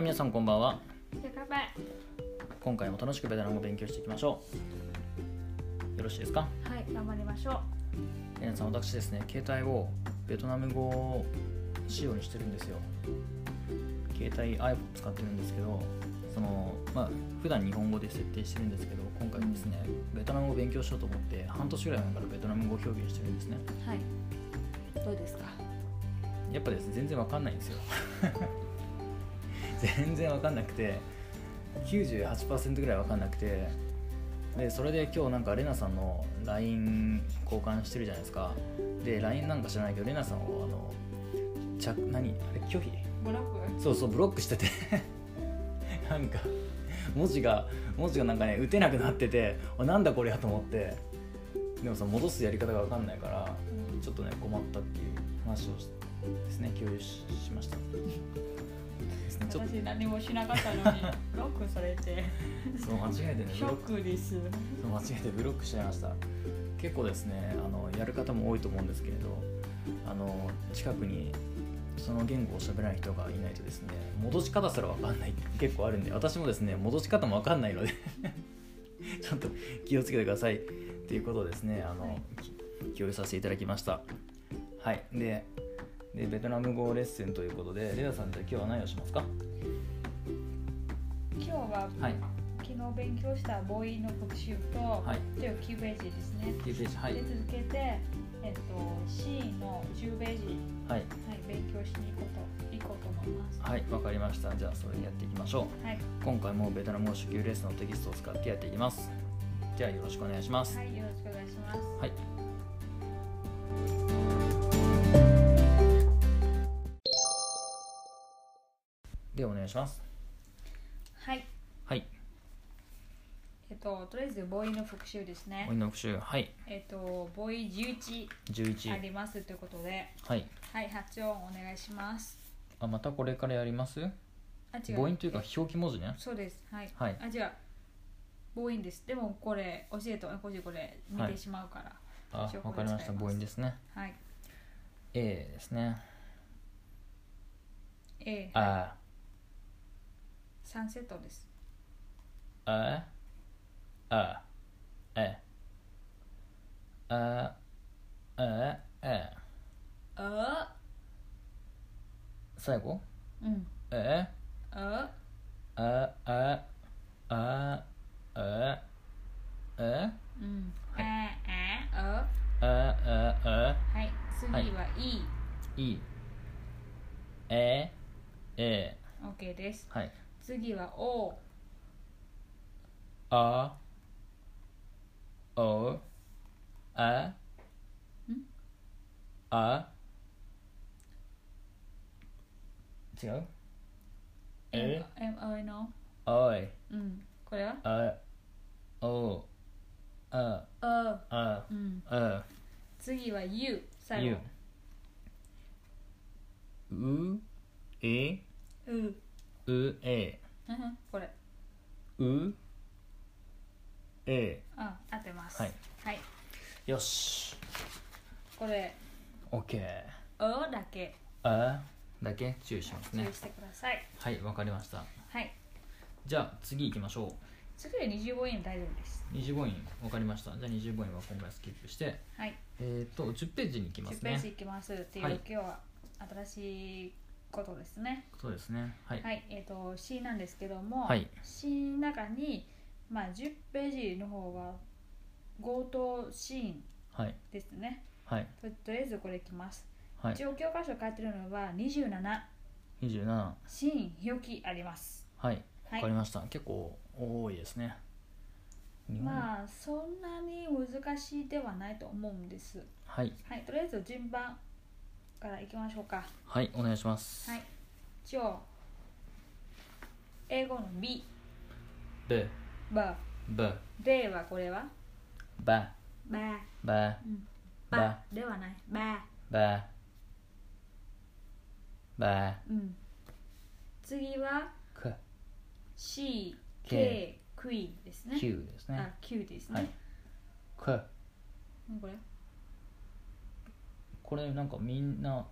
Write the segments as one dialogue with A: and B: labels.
A: 皆さんこんばんは
B: じゃあ乾杯
A: 今回も楽しくベトナム語を勉強していきましょうよろしいですか
B: はい頑張りましょう
A: 皆さん私ですね携帯をベトナム語仕様にしてるんですよ携帯 iPhone 使ってるんですけどそのまあ普段日本語で設定してるんですけど今回ですねベトナム語を勉強しようと思って半年ぐらい前からベトナム語を表現してるんですね
B: はいどうですか
A: やっぱですね全然わかんないんですよ 全然わかんなくて98%ぐらいわかんなくてでそれで今日なんかレナさんの LINE 交換してるじゃないですかで LINE なんか知らないけどレナさんをあの着何あれ拒否
B: ブロック
A: そうそうブロックして てなんか文字が文字がなんかね打てなくなっててあなんだこれやと思ってでもさ戻すやり方がわかんないからちょっとね困ったっていう話をしですね共有ししました ですねちょっと
B: 私何もしなかった のにブロックされて
A: そう間違えてね
B: シ
A: ブロ
B: ョ
A: ック
B: ックです
A: そう間違えてブロックしちゃいました結構ですねあのやる方も多いと思うんですけれどあの近くにその言語を喋らない人がいないとですね戻し方すら分かんない結構あるんで私もですね戻し方も分かんないので ちょっと気をつけてくださいっていうことをですねあの、
B: はい
A: き共有させていただきましたはいででベトナム語レッスンということでレナさんじゃあ今日は何をしますか
B: 今日は
A: はい
B: 昨日勉強したボーイの復習と、はいで9ページですね、
A: 9ページはい
B: で続けてえっと C の10ページ、
A: はい
B: はい、勉強しに行こうと行こうと思います
A: はい分かりましたじゃあそれやっていきましょう
B: はい、
A: 今回もベトナム語初級レッスンのテキストを使ってやっていきますではよろしくお願いします
B: はい、よろしくお願いします
A: はいではお願いします
B: はい
A: はい
B: えっととりあえずボーイの復習ですね
A: おいの復習はい
B: えっとボーイ11
A: 11
B: ありますということで
A: はい
B: はい発音お願いします
A: あまたこれからやります
B: あ違う
A: 母音というか表記文字ね
B: そうですはい、
A: はい
B: あ違う母音ですでもこれ教えて個人これ見
A: は
B: て
A: い
B: しまうから
A: あ
B: 一応
A: わ
B: こ
A: か
B: れ
A: り
B: 使
A: まし
B: います
A: た母音ですね
B: はい、
A: A ですね
B: A
A: あ
B: 3セットです
A: ああえあええ
B: うう
A: 最後
B: うん
A: え
B: う
A: ああああえ
B: うん
A: は
B: え
A: い
B: えう
A: あああ
B: はい次は
A: はい
B: は E
A: いええ
B: OK です
A: はい
B: 次は O
A: あおああ違う
B: M
A: え
B: O の
A: おい
B: うんこれは
A: あおあ
B: O
A: あ
B: うん
A: あ
B: 次は U 最
A: you
B: 後
A: うえ
B: う
A: うえ
B: これ
A: うえ
B: うん合ってます
A: はい、
B: はい、
A: よし
B: これ
A: OK
B: うだけ
A: あだけ注意します
B: 注意
A: ね
B: してください、
A: はいわかりました
B: はい
A: じゃあ次行きましょ
B: 次は25円大丈夫です
A: う25音わかりましたじゃあ25音は今回スキップして
B: はい、
A: えっ、ー、と10ページに行きます
B: 10ペー
A: ね
B: ジいきますっていう、
A: はい
B: 今日は新しいことですね
A: そうですねはい
B: はい、えっ、と C なんですけども、
A: はい
B: C の中にまあ10ページの方は強盗シーン
A: はい
B: ですね
A: はい
B: ととりあえずこれいきます、
A: はい
B: 一応教科書書いてるのは27
A: 27
B: シーン表記あります
A: はい
B: は
A: わ
B: い
A: かりました、結構多いですね日本
B: まあそんなに難しいではないと思うんです
A: はい
B: はい、とりあえず順番からいきましょうか。
A: はいお願いします
B: はい。じゃあ、英語の B、
A: ブ
B: ば、
A: ブ
B: ではこれは
A: バ
B: ば、
A: バ
B: うん、
A: ば
B: ばではない。ば、
A: ババ
B: うん。次は
A: ク
B: C、
A: K
B: K、クイですね。
A: Q です
B: あ
A: ね、
B: Q です
A: はい
B: ね。
A: ク
B: うんこれ
A: これなんかみんな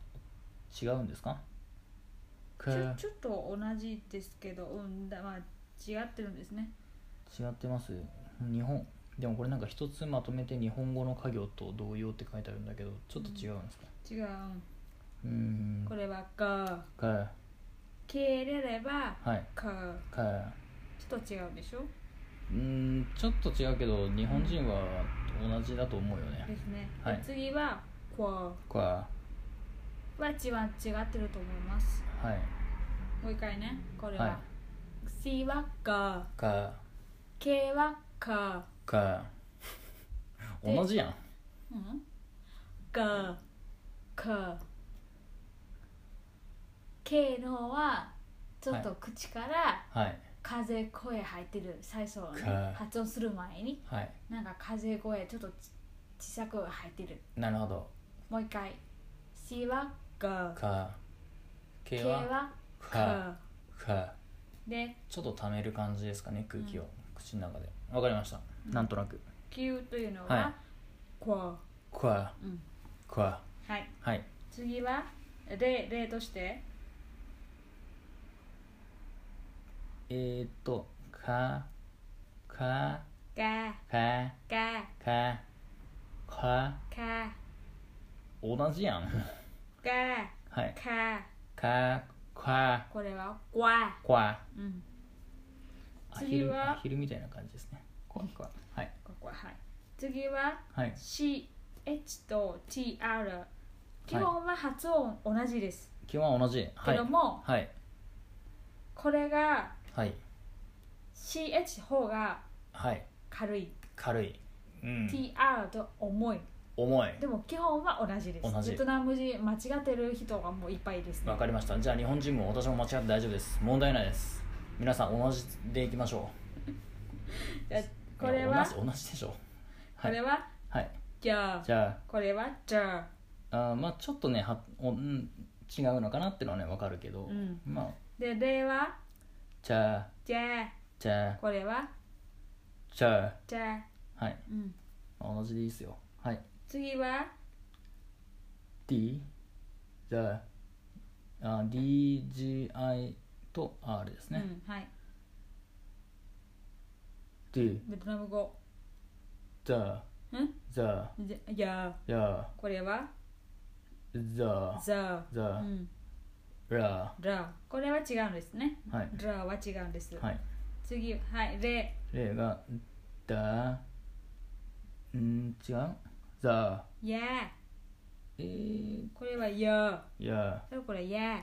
A: 違うんですか
B: ちょ
A: か
B: ちょっと同じですけど、うんだまあ、違ってるんですね
A: 違ってます日本でもこれなんか一つまとめて日本語の家業と同様って書いてあるんだけどちょっと違うんですか
B: 違う
A: うーん
B: これは「か
A: か」
B: 「けれれば
A: はい」
B: 「か
A: か」
B: ちょっと違うでしょ
A: うーんちょっと違うけど日本人は同じだと思うよね
B: ですね、
A: はい
B: 次は「こ
A: か」
B: は一番違ってると思います
A: はい
B: もう一回ねこれ
A: は
B: は「しはか」
A: か
B: 「けはか
A: か
B: で
A: 同じやん」
B: うん「か」「か」「け」のはちょっと口から
A: はい
B: 風声入ってる最初はね
A: か
B: 発音する前に
A: はい
B: なんか風声ちょっとち小さく入ってる
A: なるほど
B: もう一回「しはか」
A: か
B: 「
A: け
B: け
A: は
B: は
A: か
B: か
A: か」
B: で
A: ちょっと溜める感じですかね空気を、口の中でわかりました、なんとなく
B: 「きゅう」というの
A: は
B: はい「こ
A: か」
B: うん
A: か
B: はい
A: はい
B: 次は例例として
A: えー、っとかか
B: 「が」
A: か
B: 「が」
A: かか
B: 「か」
A: 同じやん
B: 「が」
A: はい
B: 「か」
A: かか
B: これは「わ
A: か」
B: うん
A: アヒ
B: 次
A: ル
B: は
A: アヒルみたいな感じですねかかはい
B: ここははい次は
A: はい
B: CH と TR 基本は発音同じです、
A: 基本は同じはい
B: けども
A: はい
B: これが
A: はい
B: CH 方が
A: はい
B: 軽い、
A: 軽い、うん、
B: TR と重い
A: 重い
B: でも基本は同じです
A: 同じ
B: ベトナム人間違ってる人がもういっぱいですね
A: わかりましたじゃあ日本人も私も間違って大丈夫です問題ないです皆さん同じでいきましょ
B: じゃあ
A: う
B: これ
A: いや
B: は
A: 同じ同じでしょ
B: これは
A: はい
B: じゃ
A: じゃ
B: これはじゃ
A: ああーまあちょっとねはおん違うのかなってのはねわかるけど、
B: うん
A: まあ
B: で例は
A: じゃあ
B: じゃ
A: じゃあ
B: これは
A: じゃ
B: じゃ
A: あはい、
B: うん
A: まあ同じでいいですよはい
B: 次は
A: D じゃああ DGI と R ですね、
B: うんはい
A: D
B: ベトナム語
A: じゃあ
B: うん
A: じゃあ
B: じゃじゃ
A: じゃあ
B: これは
A: じゃあ
B: ザ
A: じゃ
B: う
A: あ
B: ん
A: ら
B: ラこれは違うんですね
A: はい
B: ラは違うんです、
A: はい
B: 次はいレ
A: 例がだん違うザ
B: や
A: えー、
B: これはや
A: いや
B: これや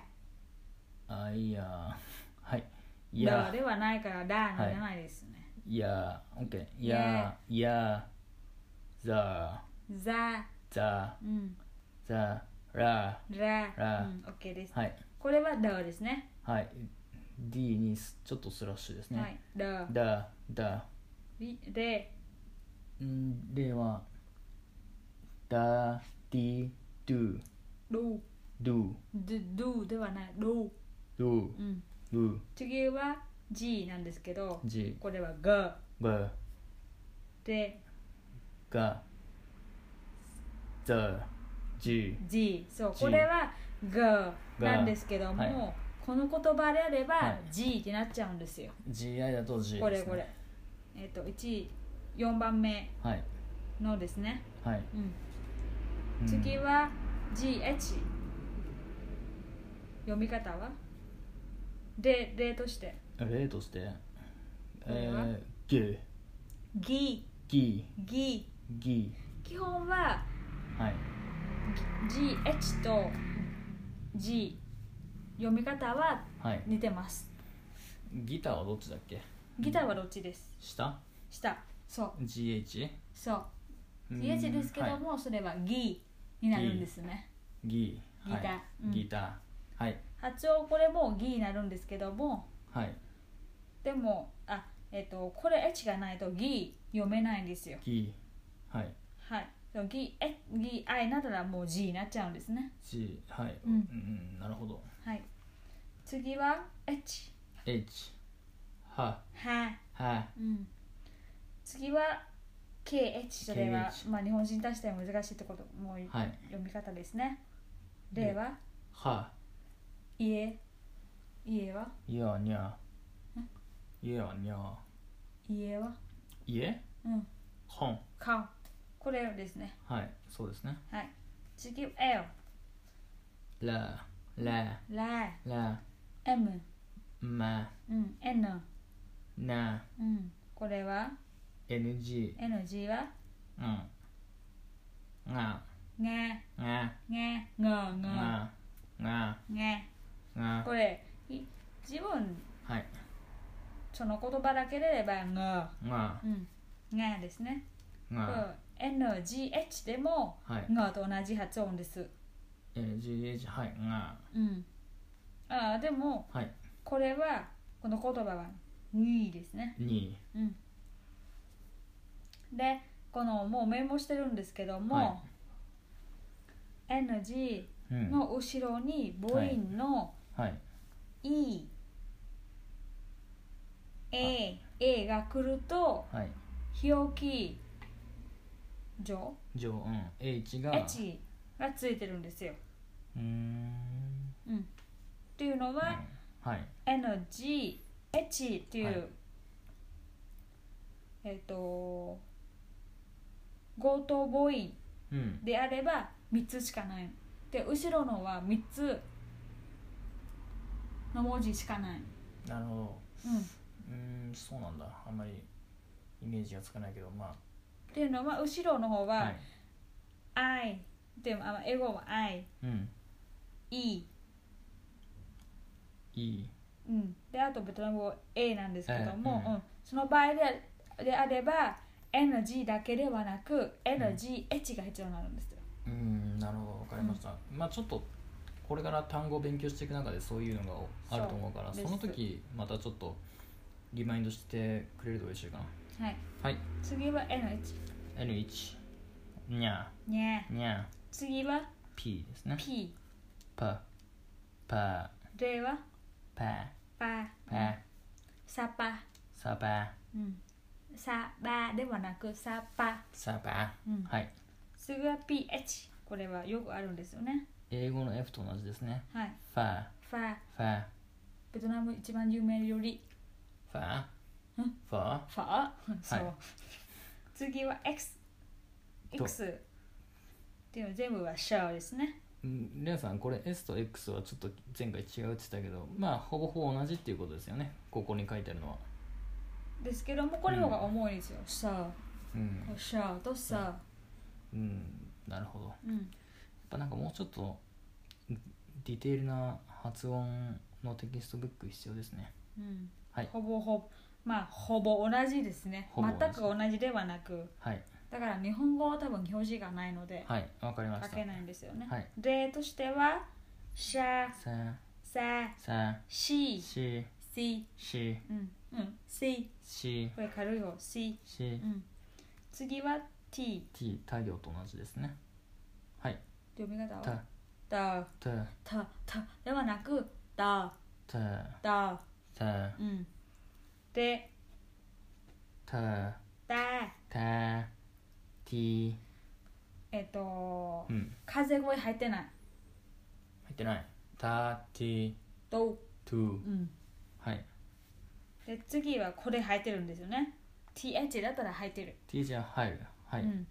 A: あいやはいい
B: だ
A: や
B: ではないからだ
A: は
B: にないらないですね、
A: いやオッケーいやいやザ
B: ザ
A: ザ
B: うん
A: ザら
B: ラ
A: ラ
B: うん、オッケーです、
A: はい
B: これはだですね
A: はい D にすちょっとスラッシュですね、
B: はいだ
A: だだ
B: リレ
A: ん例はだ D ドゥ
B: ド
A: ドゥ
B: ドドではないド
A: ドゥ
B: うん
A: ドゥ
B: 次は G なんですけど
A: G
B: これはが
A: が
B: で
A: が、the, g,
B: G そう
A: ジ
B: これはが
A: が
B: なんですけども、
A: はい
B: この言葉であれ
A: は
B: ば
A: い
B: G ってなっちゃうんですよ、
A: gi だと g
B: こ
A: で
B: れ
A: すね
B: これ。えっ、と1 4番目
A: はい、
B: のですね、
A: はい。
B: うん
A: うん
B: 次は GH 読み方はで例として
A: 例として、
B: これは
A: えー、g,
B: ギ
A: g,
B: ギ
A: g,
B: 基本は
A: はい、
B: GH と G 読み方は
A: はい。
B: 似てます
A: ギターはどっちだっけ
B: ギターはどっちです
A: 下
B: 下そう
A: ?gh?
B: そう
A: うん
B: GH ですけど
A: はい
B: も、それはギになるんですね
A: g,
B: ギター
A: はい
B: うん
A: ギター。はい、
B: 発音これもギになるんですけども
A: はい。
B: でもあえっ、とこれ H がないとギ読めないんですよ
A: g, はい。
B: はい。そうギえギアイなったらもう G になっちゃうんですね。
A: g, はい。
B: うん
A: うん、なるほど。
B: はい。次は H。
A: h, は、
B: は。
A: は、
B: うん。次は KH。それは、
A: KH
B: まあ日本人に対しては難しいってこともうい、
A: はい。
B: 読み方ですね。例は
A: は、
B: 家家はい
A: やにゃいやにゃ
B: 家は
A: 家
B: うん
A: 本
B: 顔これですね
A: はいそうですね
B: はい次 L
A: らら
B: ラ
A: ら
B: M
A: ま
B: うん N
A: な
B: うんこれは
A: NG
B: NG は
A: うんが
B: が
A: が
B: ががが
A: がが
B: が
A: が
B: これい自分
A: はい
B: その言葉だけでればが
A: が
B: うんがですねうん
A: が
B: NGH でも
A: はい
B: がと同じ発音です
A: NGH はいが
B: うんああでも
A: はい
B: これはこの言葉は「に」ですね
A: に
B: うんでこのもうメモしてるんですけども、
A: は
B: NG
A: うん
B: の後ろに母音の
A: はい
B: E、A、A が来ると
A: はい
B: 表記上
A: 上うん H が
B: H がついてるんですよ。
A: うーん
B: うん、っていうのは、
A: はい
B: NG、H っていう、
A: はい
B: えっ、と、強盗母音
A: うん
B: であれば3つしかない。で、後ろのは3つの文字しかない。
A: なるほど
B: うん、っ
A: うーんそうなんだあんまりイメージがつかないけどま
B: ていうのは、後ろの方
A: あ
B: は、
A: はい
B: I、でもあ英語は I、
A: うん
B: E、
A: いい
B: うん、で、あとベトナム語 A なんですけども、
A: ええ
B: う
A: うんん
B: その場合でであれば、NG だけではなく、NG、H が必要になるんですよ。
A: うーんなるほどわかりました、まあちょっとこれから単語を勉強していく中でそういうのがあると思うから
B: そ
A: そうの時またちょっとリマインドしてくれると嬉しいかな
B: はい。
A: はい
B: 次は NH。
A: N1 にゃ
B: ね
A: にゃ
B: 次は
A: P ですね
B: P。
A: パパ
B: では
A: パ
B: パ。
A: パ
B: サパ。
A: サパ
B: うん。サバではなくサパ。
A: サパ、
B: うん
A: はい
B: 次は PH。これはよくあるんですよね。
A: 英語の F と同じですね
B: はい。
A: ファ
B: ファ。
A: ファ
B: ベトナム一番有名料理。
A: ファ
B: ん
A: ファ
B: ファ。そう。
A: はい
B: 次は X。
A: と
B: X。っていうの全部はシャーですね。
A: うんレンさんこれ S と X はちょっと前回違うって言ってたけどまあほぼほぼ同じっていうことですよねここに書いてあるのは
B: ですけども、これの方が重いですよ。シャ
A: うん
B: ー。、シャーとサ
A: うん、なるほどやっ
B: ー。うん。
A: ぱなんかもうちょっとディテールな発音のテキストブック必要ですね
B: うん
A: はい
B: ほぼほぼまあほぼ同じですね
A: ほぼ同じ
B: 全く同じではなく
A: はい
B: だから日本語は多分表示がないので
A: はいわかりまし
B: 書
A: た
B: けないんですよね、
A: はい
B: 例としては「シャ
A: さあ
B: サ
A: さあ
B: シ
A: し
B: シ」
A: し
B: うんうん「シ
A: し」
B: これ軽いよ「シ」
A: し
B: うん、次は「T
A: T 太陽と同じですねはい」
B: 読み方は
A: た
B: 「だ」
A: た
B: 「た」「た」ではなく「だ」
A: た
B: 「だ
A: た」た
B: うんで
A: た
B: 「だ
A: た T」
B: えっと
A: うん
B: 風声入ってない
A: 入ってない。タティ
B: 「ど」
A: トゥ
B: うん
A: はい。
B: で次はこれ入ってるんですよね TH だったら入ってる、
A: T じゃ入る。は
B: う
A: い。
B: ん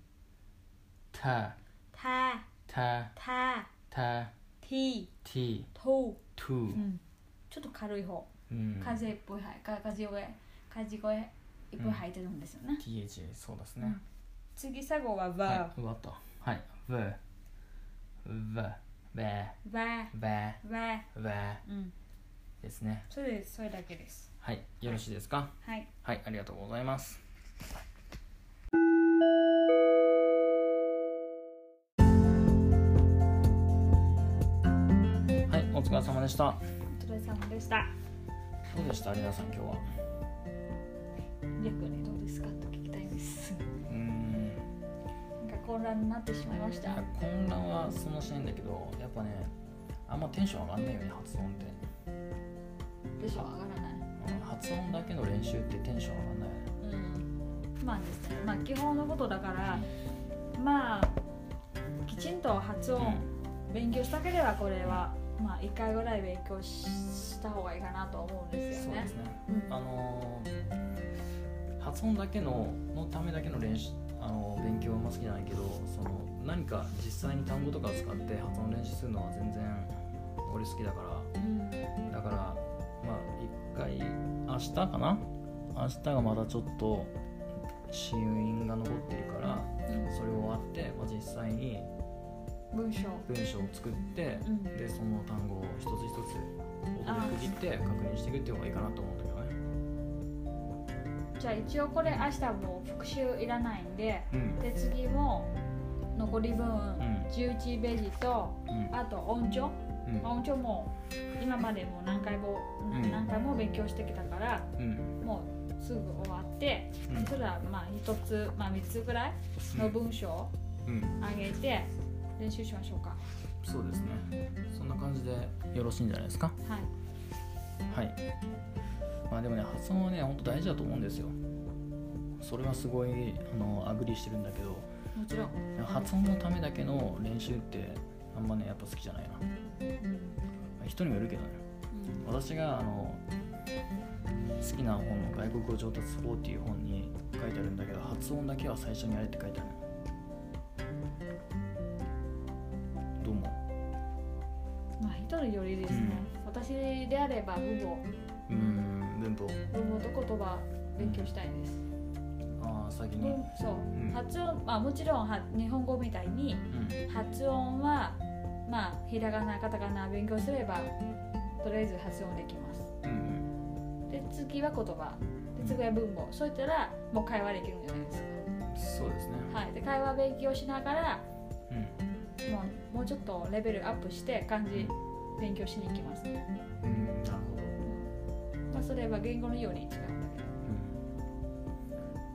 A: タ
B: た
A: タ
B: た
A: タ
B: T
A: ティ
B: と、
A: トゥ
B: ん、ちょっと軽い方、
A: うん。
B: 風っぽいはいか風声風声いっぱい入ってるんですよね、
A: TH そうです
B: う
A: ね
B: ん。次最後は
A: は
B: VA
A: い。わかった。はい。ブブブ
B: VA
A: ブ
B: VA
A: ブ
B: うん
A: ですね。
B: それでそれだけです
A: はい。よろしいですか。
B: はい
A: はい。ありがとうございます。はい。お疲れ様でした。
B: お疲れ様でした
A: どうでした有田さん今日は。
B: 逆にどうですかと聞きたいです
A: うーん
B: なんか混乱になってしまいました
A: なんか混乱はそんなしないんだけどやっぱねあんまテンション上がんないよね発音って、
B: テンション上がらない
A: うん発音だけの練習ってテンション上がんないよね
B: うんまあですねまあ基本のことだからまあきちんと発音勉強したければこれはまあ1回ぐらい勉強しした方がいいかなと思うんです
A: そ
B: よ
A: うで
B: ね
A: すね
B: うん
A: あのー発音だけののためだけの練習あのー勉強はあんま好きじゃないけどその何か実際に単語とかを使って発音練習するのは全然俺好きだから
B: うん
A: だからまあ一回明日かな明日がまだちょっと子音が残ってるからそれを終わって、まあ、実際に
B: 文章
A: 文章を作って、
B: うん
A: でその単語を一つ一つ音で区切って確認していくっていう方がいいかなと思うんだけどね
B: じゃあ一応これ明日もう復習いらないんで
A: うん
B: で次も残り分
A: ん
B: 11ページと
A: うん
B: あと音調
A: うん
B: まあ音調も今までも何回も
A: うん
B: 何回も勉強してきたから
A: うん
B: もうすぐ終わって
A: うん
B: そしたらまあ一つまあ3つぐらいの文章を
A: うん
B: あげて練習しましょうか
A: そうですねそんな感じでよろしいんじゃないですか
B: はい
A: はいまあでもね発音はねほんと大事だと思うんですよそれはすごいあのアグリしてるんだけど
B: もちろん
A: 発音のためだけの練習ってあんまねやっぱ好きじゃないな
B: うん
A: 人にもよるけどね私があの好きな本の「外国語上達法」っていう本に書いてあるんだけど発音だけは最初にやれって書いてあるどうも
B: まあ一人よりですね私であれば文法
A: うーん文法
B: 文法と言葉勉強したいです
A: ああ先に
B: 文そう
A: うん
B: 発音まあもちろんは日本語みたいに
A: うん
B: 発音はまあひらがなカタカナ勉強すればとりあえず発音できます
A: うん
B: で次は言葉で次は文法そういったらもう会話できるんじゃないです
A: うんそうですね
B: かはいで会話勉強しながら
A: うん
B: もうもうちょっとレベルアップして漢字勉強しに行きます、
A: うんなるほど
B: まあ、それは言語のように違うんだけ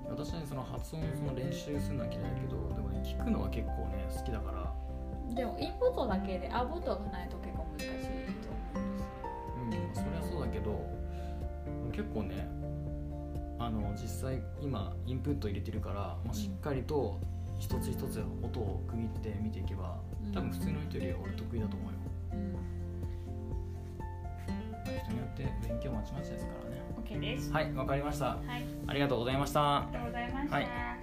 A: うん私はねその発音その練習するのは嫌いだけどでもね聞くのは結構ね好きだから
B: どでもインプットだけでアウトがないと結構難しいと思うんです
A: うん、そりゃそうだけど結構ねあの実際今インプット入れてるから、まあ、しっかりと一つ一つ音を区切って見ていけば
B: うん
A: 多分普通の人より俺得意だと思うよ、
B: うん
A: まあ人によって勉強まちまちですからね
B: OK です
A: はいわかりました
B: はい
A: ありがとうございました
B: ありがとうございました、
A: はい